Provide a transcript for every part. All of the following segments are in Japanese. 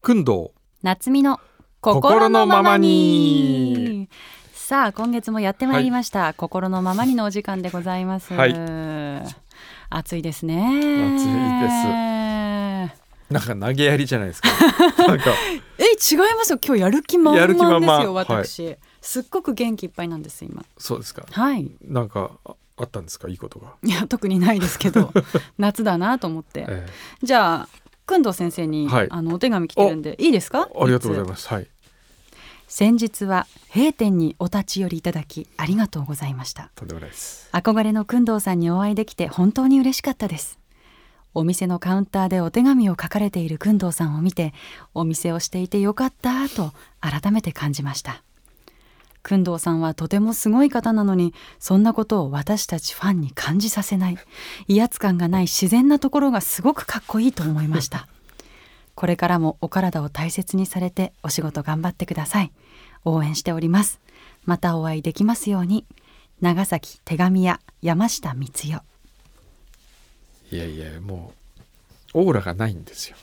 くんど夏美の心のままにさあ今月もやってまいりました、心のままにのお時間でございます、はい暑いです暑ねうなんか投げやりじゃない ですかなんかえ違いますよ今日やる気満や々るです気満よ々私、すっごく元気いっぱいなんです今そうですかはいなんかああったんですかいいことが、いや特にないですけ ど夏だなと思って、えじゃあ工藤先生に、はいあのお手紙来てるんでいいですかえありがとうございすますはい先日は閉店にお立ち寄りいただきありがとうございましたとんでもないです憧れの工藤さんにお会いできて本当に嬉しかったですお店のカウンターでお手紙を書かれている工藤さんを見てお店をしていてよかったと改めて感じました工藤さんはとてもすごい方なのにそんなことを私たちファンに感じさせない威圧感がない自然なところがすごくかっこいいと思いましたこれからもお体を大切にされてお仕事頑張ってください応援しておりますまたお会いできますように長崎手紙屋山下光代いやいやもうオーラがないん ですよ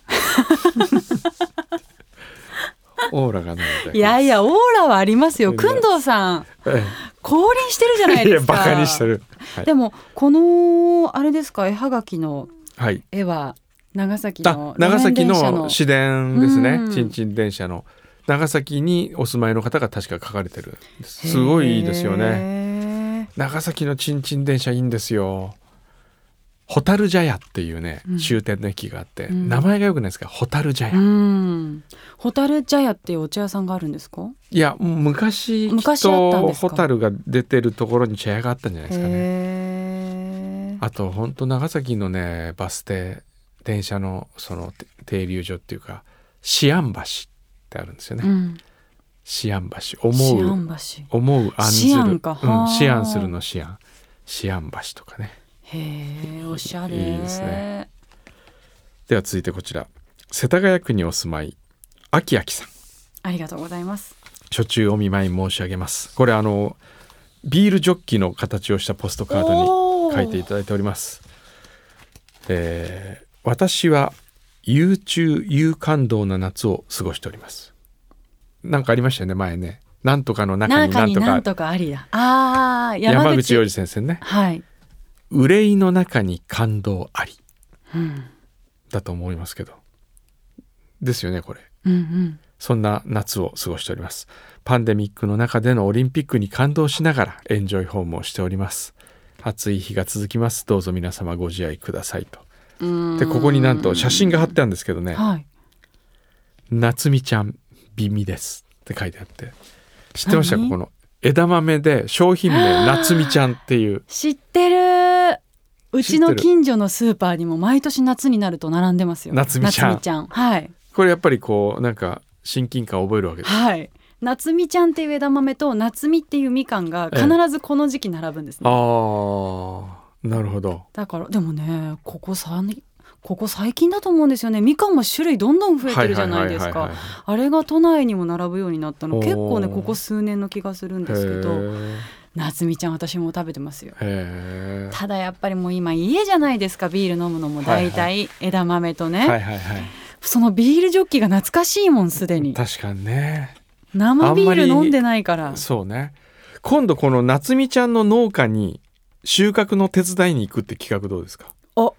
オーラがないだけですいやいやオーラはありますよいや工藤さんえ降臨してるじゃなえいいでやすかバカにしてるはいでもこのあれですか絵はがきのはい絵は長崎あの長崎路面電車の市電ですねうんちんちん電車の長崎にお住まいの方が確か書かれてるんですすごいいいですよねね長崎のちんちん電車いいんですよ蛍茶屋っていうね、うん終点の駅があって、うん名前が良くないですか蛍茶う屋、ん蛍茶屋っていうお茶屋さんがあるんですかいやもう昔きっ昔あったんとですか蛍が出てるところに茶屋があったんじゃないですかねへーあと本当長崎のねバス停電車のそのて停留所っていうか思安橋ってあるんですようねん思安橋思思う安橋思う案ずる思案かうん、はあ思案するの思案思案橋とかねへえおしゃれいいですねでは続いてこちら世田谷区にお住まいあきあきさんありがとうございます初中お見舞い申し上げますこれあのビールジョッキの形をしたポストカードおにー書いていただいております、えー私は憂中憂感動な夏を過ごしておりますなんかありましたよね前ねなんとかの中に中なんにとなかんとかありだ。ああ、山山口口。洋二先生ねはい。憂いの中に感動ありうん。だと思いますけどですよねこれうんうん。そんな夏を過ごしております。パンデミックの中でのオリンピックに感動しながらエンジョイホームをしております。暑い日が続きます。どうぞ皆様ご自愛くださいと。で、ここになんと写真が貼ってあるんですけどね、はい。夏美ちゃん、美味ですって書いてあって。知ってましたか何この枝豆で商品名夏美ちゃんっていう。知ってる。うち知のってる近所のスーパーにも毎年夏になると並んでますよ。夏美ちゃん夏美ちゃん。はい。これやっぱりこう、なんか親近感を覚えるわけです。はい。夏美ちゃんっていう枝豆と夏美っていうみかんが必ずこの時期並ぶんですあね。ー、なるほど。だからでもね、ここさんここ最近だと思うんですよね。みかんも種類どんどん増えてるじゃないですははかは。ははあれが都内にも並ぶようになったのおー結構ねここ数年の気がするんですけどへ夏美ちゃん私も食べてますよーへーただやっぱりもう今家じゃないですかビール飲むのもはいはい大体枝豆とね、はいはいはい。そのビールジョッキが懐かしいもんすでに確かにね生ビーあルんまり飲んでないからそうね今度この夏美ちゃんの農家に収穫の手伝いに行くって企画どうですかあ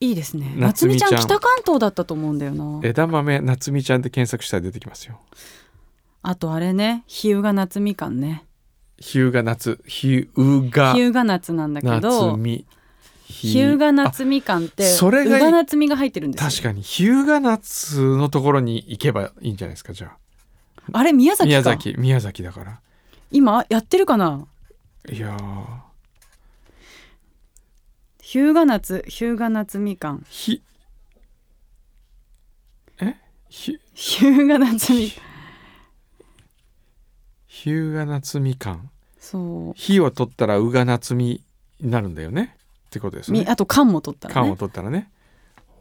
いいですね夏夏美美ちちゃゃんん北関東だったと思うんだよな枝豆夏美ちゃんで検索したら出てきますよあとあれね日向夏みかんね日向夏日向日向夏なんだけ夏ど美日向夏みかんってあそれ宇がいい賀夏みが入ってるんですよ確かに日向夏のところに行けばいいんじゃないですかじゃあれ宮あ崎か宮崎宮崎だから今やってるかないやー日向夏日向夏みかんひえひ日向夏みかん日向夏みかんそう火を取ったらうが夏みになるんだよねってことですみね。あと缶も取ったら缶をね取ったらね。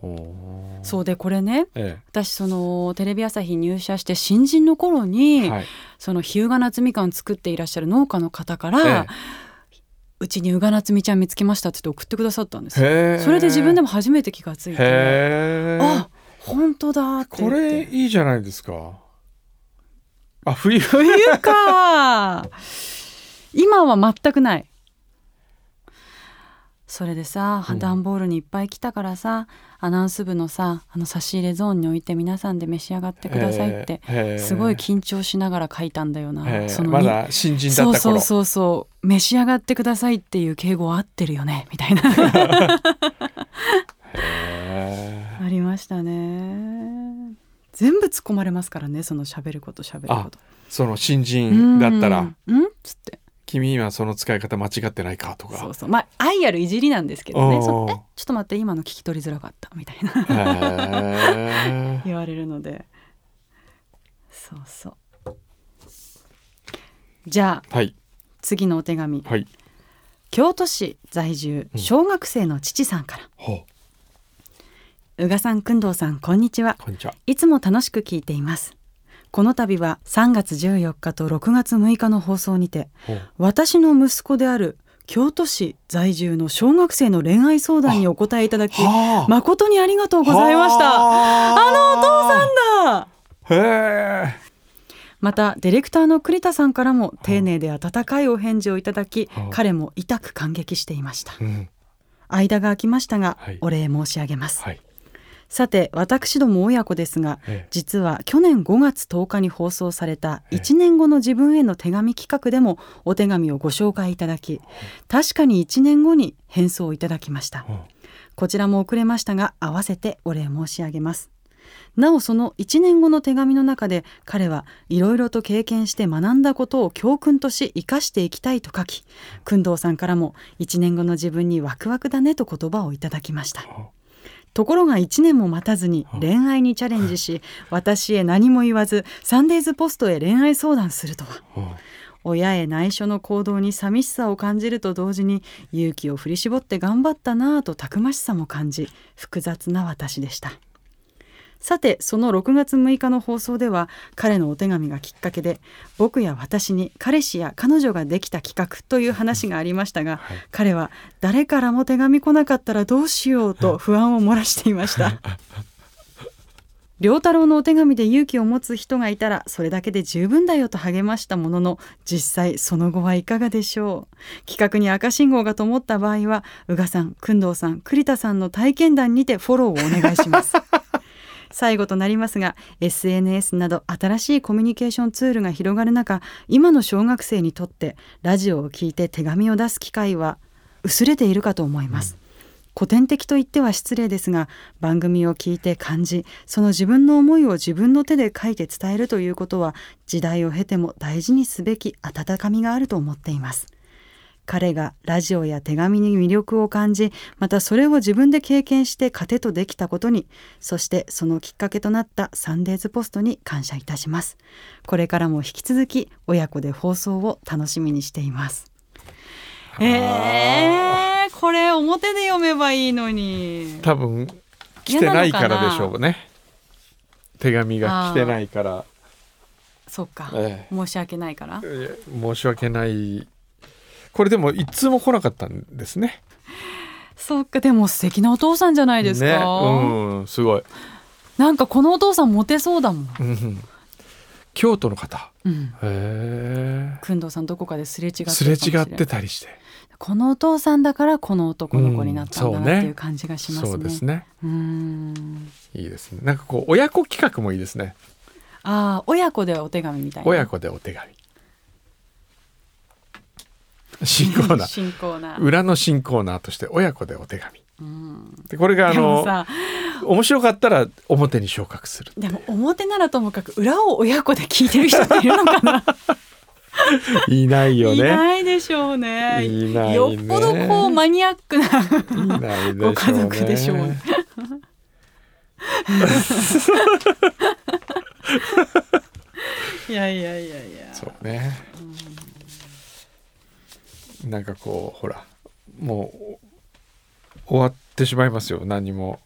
ほうそうでこれねえ私そのテレビ朝日入社して新人の頃に、えはい。その日向夏みかん作っていらっしゃる農家の方から、えうちに宇賀夏みちゃん見つけましたって言って送ってくださったんですよえへえ。それで自分でも初めて気がついてへえ。あ本当だって言こっれていいじゃないですかあ冬冬か今は全くないそれでさうん段ボールにいっぱい来たからさ、アナウンス部のさあの差し入れゾーンに置いて皆さんで召し上がってくださいって、えーすごい緊張しながら書いたんだよな、えーそのまにだ新人だそうったそ頃うそうそう召し上がってくださいっていう敬語は合ってるよねみたいな へありましたね全部突っ込まれますからねその喋ること喋ることーその新人だったら、うんうんつって君今その使い方間違ってないかとかそうそうまあ愛あるいじりなんですけどおねーそえちょっと待って今の聞き取りづらかったみたいな へー言われるのでそうそうじゃあはい次のお手紙はい京都市在住うん小学生の父さんからほう宇賀さん工藤さんこんにちはこんにちはいつも楽しく聞いていますこの度は3月14日と6月6日の放送にてほう私の息子である京都市在住の小学生の恋愛相談にお答えいただきはあ誠にありがとうございました。あなんだのお父さんへえまたディレクターの栗田さんからも丁寧で温かいお返事をいただきはあ彼も痛く感激していましたうん間が空きましたが、はいお礼申し上げます、はいさて私ども親子ですがええ実は去年5月10日に放送されたええ1年後の自分への手紙企画でもお手紙をご紹介いただき確かに1年後に返送をいただきましたほうこちらも遅れましたが合わせてお礼申し上げますなおその1年後の手紙の中で彼はいろいろと経験して学んだことを教訓とし生かしていきたいと書き工藤さんからも1年後の自分にワクワクだねと言葉をいただきましたはところが1年も待たずに恋愛にチャレンジし私へ何も言わずサンデーズポストへ恋愛相談するとはは親へ内緒の行動に寂しさを感じると同時に勇気を振り絞って頑張ったなぁとたくましさも感じ複雑な私でしたさてその6月6日の放送では彼のお手紙がきっかけで僕や私に彼氏や彼女ができた企画という話がありましたが、はい彼は誰からも手紙来なかったらどうしようと不安を漏らしていました良太郎のお手紙で勇気を持つ人がいたらそれだけで十分だよと励ましたものの実際その後はいかがでしょう企画に赤信号が灯った場合は宇賀さん、工藤さん、栗田さんの体験談にてフォローをお願いします最後となりますが SNS など新しいコミュニケーションツールが広がる中今の小学生にとってラジオを聞いて手紙を出す機会は薄れているかと思います、古典的と言っては失礼ですが番組を聞いて感じその自分の思いを自分の手で書いて伝えるということは時代を経ても大事にすべき温かみがあると思っています彼がラジオや手紙に魅力を感じまたそれを自分で経験して糧とできたことにそしてそのきっかけとなったサンデーズポストに感謝いたしますこれからも引き続き親子で放送を楽しみにしていますあえー、これ表で読めばいいのに多分来てないからでしょうね手紙が来てないから、そっかえ申し訳ないからえいや申し訳ないこれでも一通も来なかったんですねそっかでも素敵なお父さんじゃないですか、ねうんすごい、なんかこのお父さんモテそうだもん、うん、京都の方うん、へくんどうさんどこかですれ違ってえるかもすしれれない違ってたりしてこのお父さんだからこの男の子になったんだうんなそうねっていう感じがしますね。そううですね。ねん。いいですねなんかこう親子企画もいいですねああ親子でお手紙みたいな。親子でお手紙新コーナー信仰な。裏の新コーナーとして親子でお手紙うん。でこれがあでものさ、面白かったら表に昇格するってでいうも表ならともかく裏を親子で聞いてる人っているのかな。いないよねいないでしょうね。いないねよっぽどこうマニアックな。い ないでしょうねご家族でしょうねいやいやいやいや。そうねなんかこうほらもう終わってしまいますよ何も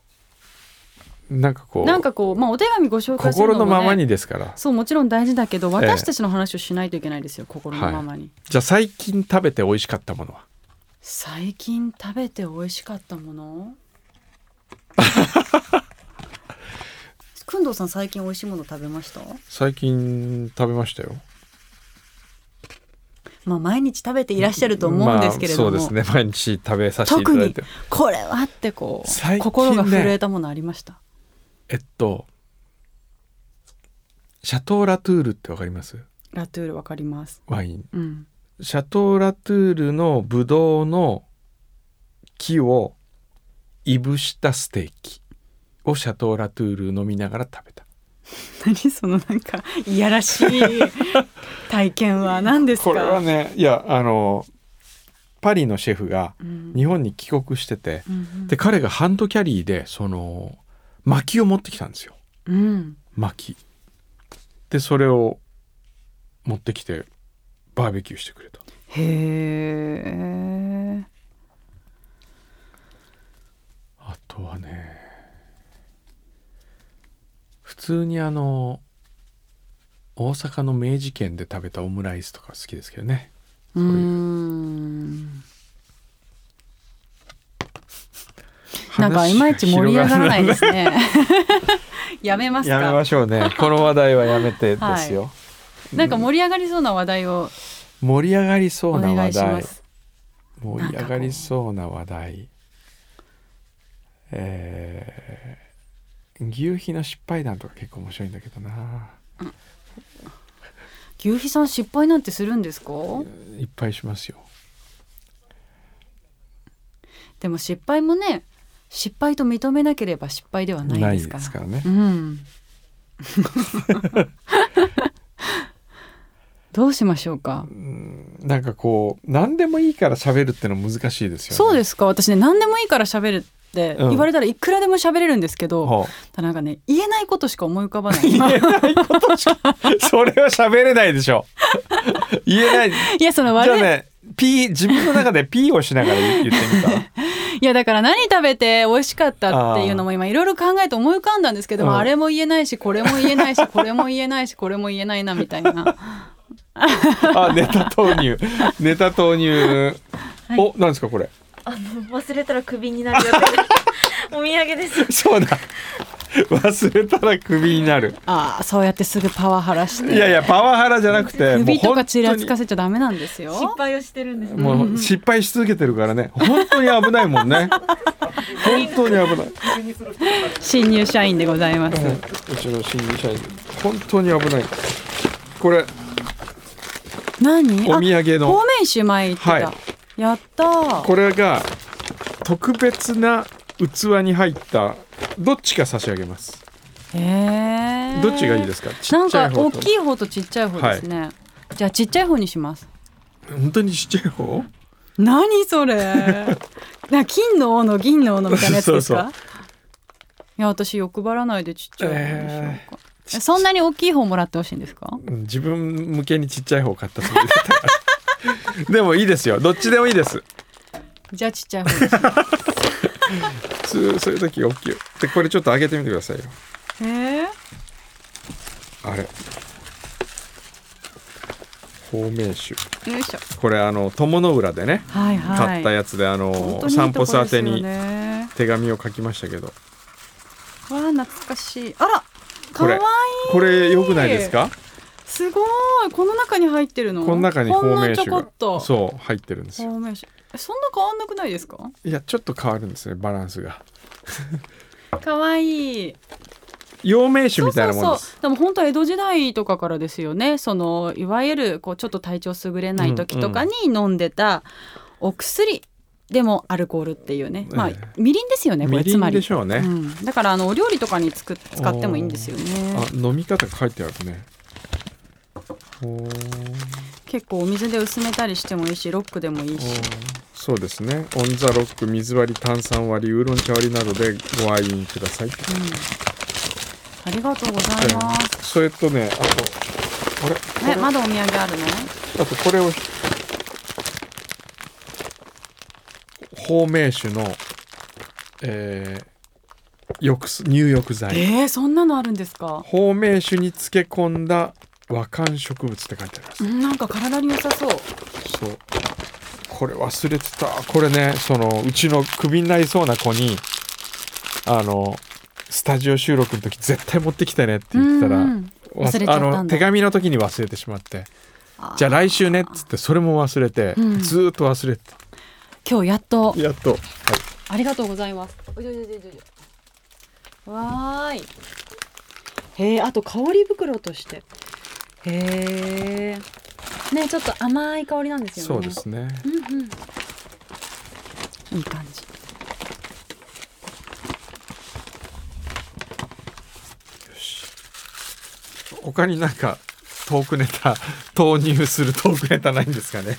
なんかこうなんかこうまあお手紙ご紹介する心のもねままにですからそうもちろん大事だけどええ私たちの話をしないといけないですよ、心のままに、じゃあ最近食べて美味しかったものは最近食べて美味しかったものくんどうさん最近美味しいもの食べました最近食べましたよまあ毎日食べていらっしゃると思うんですけれども、まあ、そうですね毎日食べさせていた特だいにてこれはってこう、最近ね心が震えたものありましたえっとシャトーラトゥールってわかりますラトゥールわかりますワインうんシャトーラトゥールのブドウの木をいぶしたステーキをシャトーラトゥール飲みながら食べた何そのなんかいやらしい体験は何ですかこれはねいやあのパリのシェフがうん日本に帰国しててうんうんで彼がハンドキャリーでその薪を持ってきたんですようん薪でそれを持ってきてバーベキューしてくれたへえあとはね普通にあの大阪の明治圏で食べたオムライスとか好きですけどねうーんなんかいまいち盛り上がらない話が広がらなでいすねやめますやめまかしょうねこの話題はやめてですよ、なんか盛り上がりそうな話題を盛り上がりそおうな願話いしま題す盛り上がりそうな話題えー、牛皮の失敗談とか結構面白いんだけどな牛皮さん失敗なんてするんですかいっぱいしますよでも失敗もね失敗と認めなければ失敗ではないですかららねうん、どうしましょうかなんかこう何でもいいから喋るっての難しいですよねそうですすか私ね何でもいいから喋るってうん言われたらいくらでも喋れるんですけど、ほただなんかね言えないことしか思い浮かばなうい言えないことしかそれは喋れないでしょ言えないじ いやそのゃあ悪い、ね P 自分の中で P をしながら言ってみたらいやだから何食べて美味しかったっていうのも今いろいろ考えて思い浮かんだんですけども、うんあれも言えないしこれも言えない しこれも言えないしこれも言えないなみたいなあネタ投入ネタ投入、おなんですかこれあの忘れたらクビになるやつ お土産ですそうだ忘れたらクビになるああそうやってすぐパワハラ しいやいてやパワハラじゃなくてもう 首とか本当ちにらつかせちゃダメなんですよ失敗をしてるんですねもう失敗し続けてるからね本当に危ないもん ね本当に危ない新入社員でございます、うちの新入社員本当に危ないこれ何おあ土産方の面酒前言ってた、はやったーこれが特別な器に入ったどっちか差し上げますへえどっちがいいすですかちなっんちゃいか方大ときい方とちっちゃい方ですね、じゃあちっちゃい方にします本当にちっちゃい方何 それな金の斧銀の斧みたいなやつですかそういや私欲張らないでちっちゃい方にしようえか、えそんなに大きい方もらってほしいんですかうん自分向けにちっちゃい方買ったつもりだったからでもいいですよどっちでもいいですじゃあちっちゃい方にしよ普通そういう時大きいよでこれちょっと上げてみてくださいよ うへえあれ芳名酒よいしょこれあの友の浦でねはいはい買ったやつであ本の当にいい散歩とこ宛ですてよにね手紙を書きましたけどわあ懐かしいあらこかわれいいこれ良くないですかすごいこの中に入ってるのこの中に芳名ほんの酒ちょこっがとそう入ってるんですよ芳名酒えそんな変わんなくないですかいやちょっと変わるんですねバランスがかわいい陽明酒そうみたいそなうもんそでうすでも本当は江戸時代とかからですよねそのいわゆるこうちょっと体調優れない時とかに飲んでたお薬でもアルコールっていうね、まあえみりんですよねこみれりつんまでりしょうね、うん、だからあのお料理とかにつく使ってもいいんですよねあ飲み方が書いてあるねおーお結構お水で薄めたりしてもいいしロックでもいいしーそうですねオンザロック水割り炭酸割りウーロン茶割りなどでご愛飲くださいってありがとうございますそれとねあとあれえまだお土産あるのあとこれを芳名酒の、えー、浴す入浴剤えー、そんなのあるんですか芳名酒に漬け込んだ和漢植物って書いてあります、うんなんか体に良さそうそうこれ忘れてたこれねそのうちのクビになりそうな子にあのスタジオ収録の時絶対持ってきてねって言ってたら、うんうんわ忘れちゃったんだあの手紙の時に忘れてしまってあーじゃあ来週ねっつってそれも忘れて、うんずーっと忘れてた今日やっとやっと、はい、ありがとうございます。おいおいおいおいおいわーい。へえ、あと香り袋として。へえ。ね、ちょっと甘い香りなんですよそうね。で。すねうんうん。いい感じ。他になんかトークネタ投入するトークネタないんですかね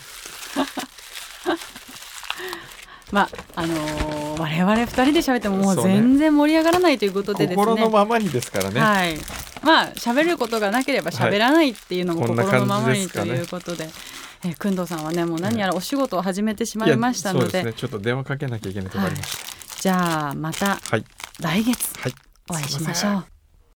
まあ、あのー我々二人で喋ってももうそうね全然盛り上がらないということでですね。心のままにですからね、はい。まあ喋ることがなければ喋らないっていうのもはいこんな心のまま感じでにすとかねいうことで、えー、くんどうさんはねもう何やらお仕事を始めてしまいましたのやそうで、ですねちょっと電話かけなきゃいけないとこありましたじゃあまたはい、来月はいお会いしましょう。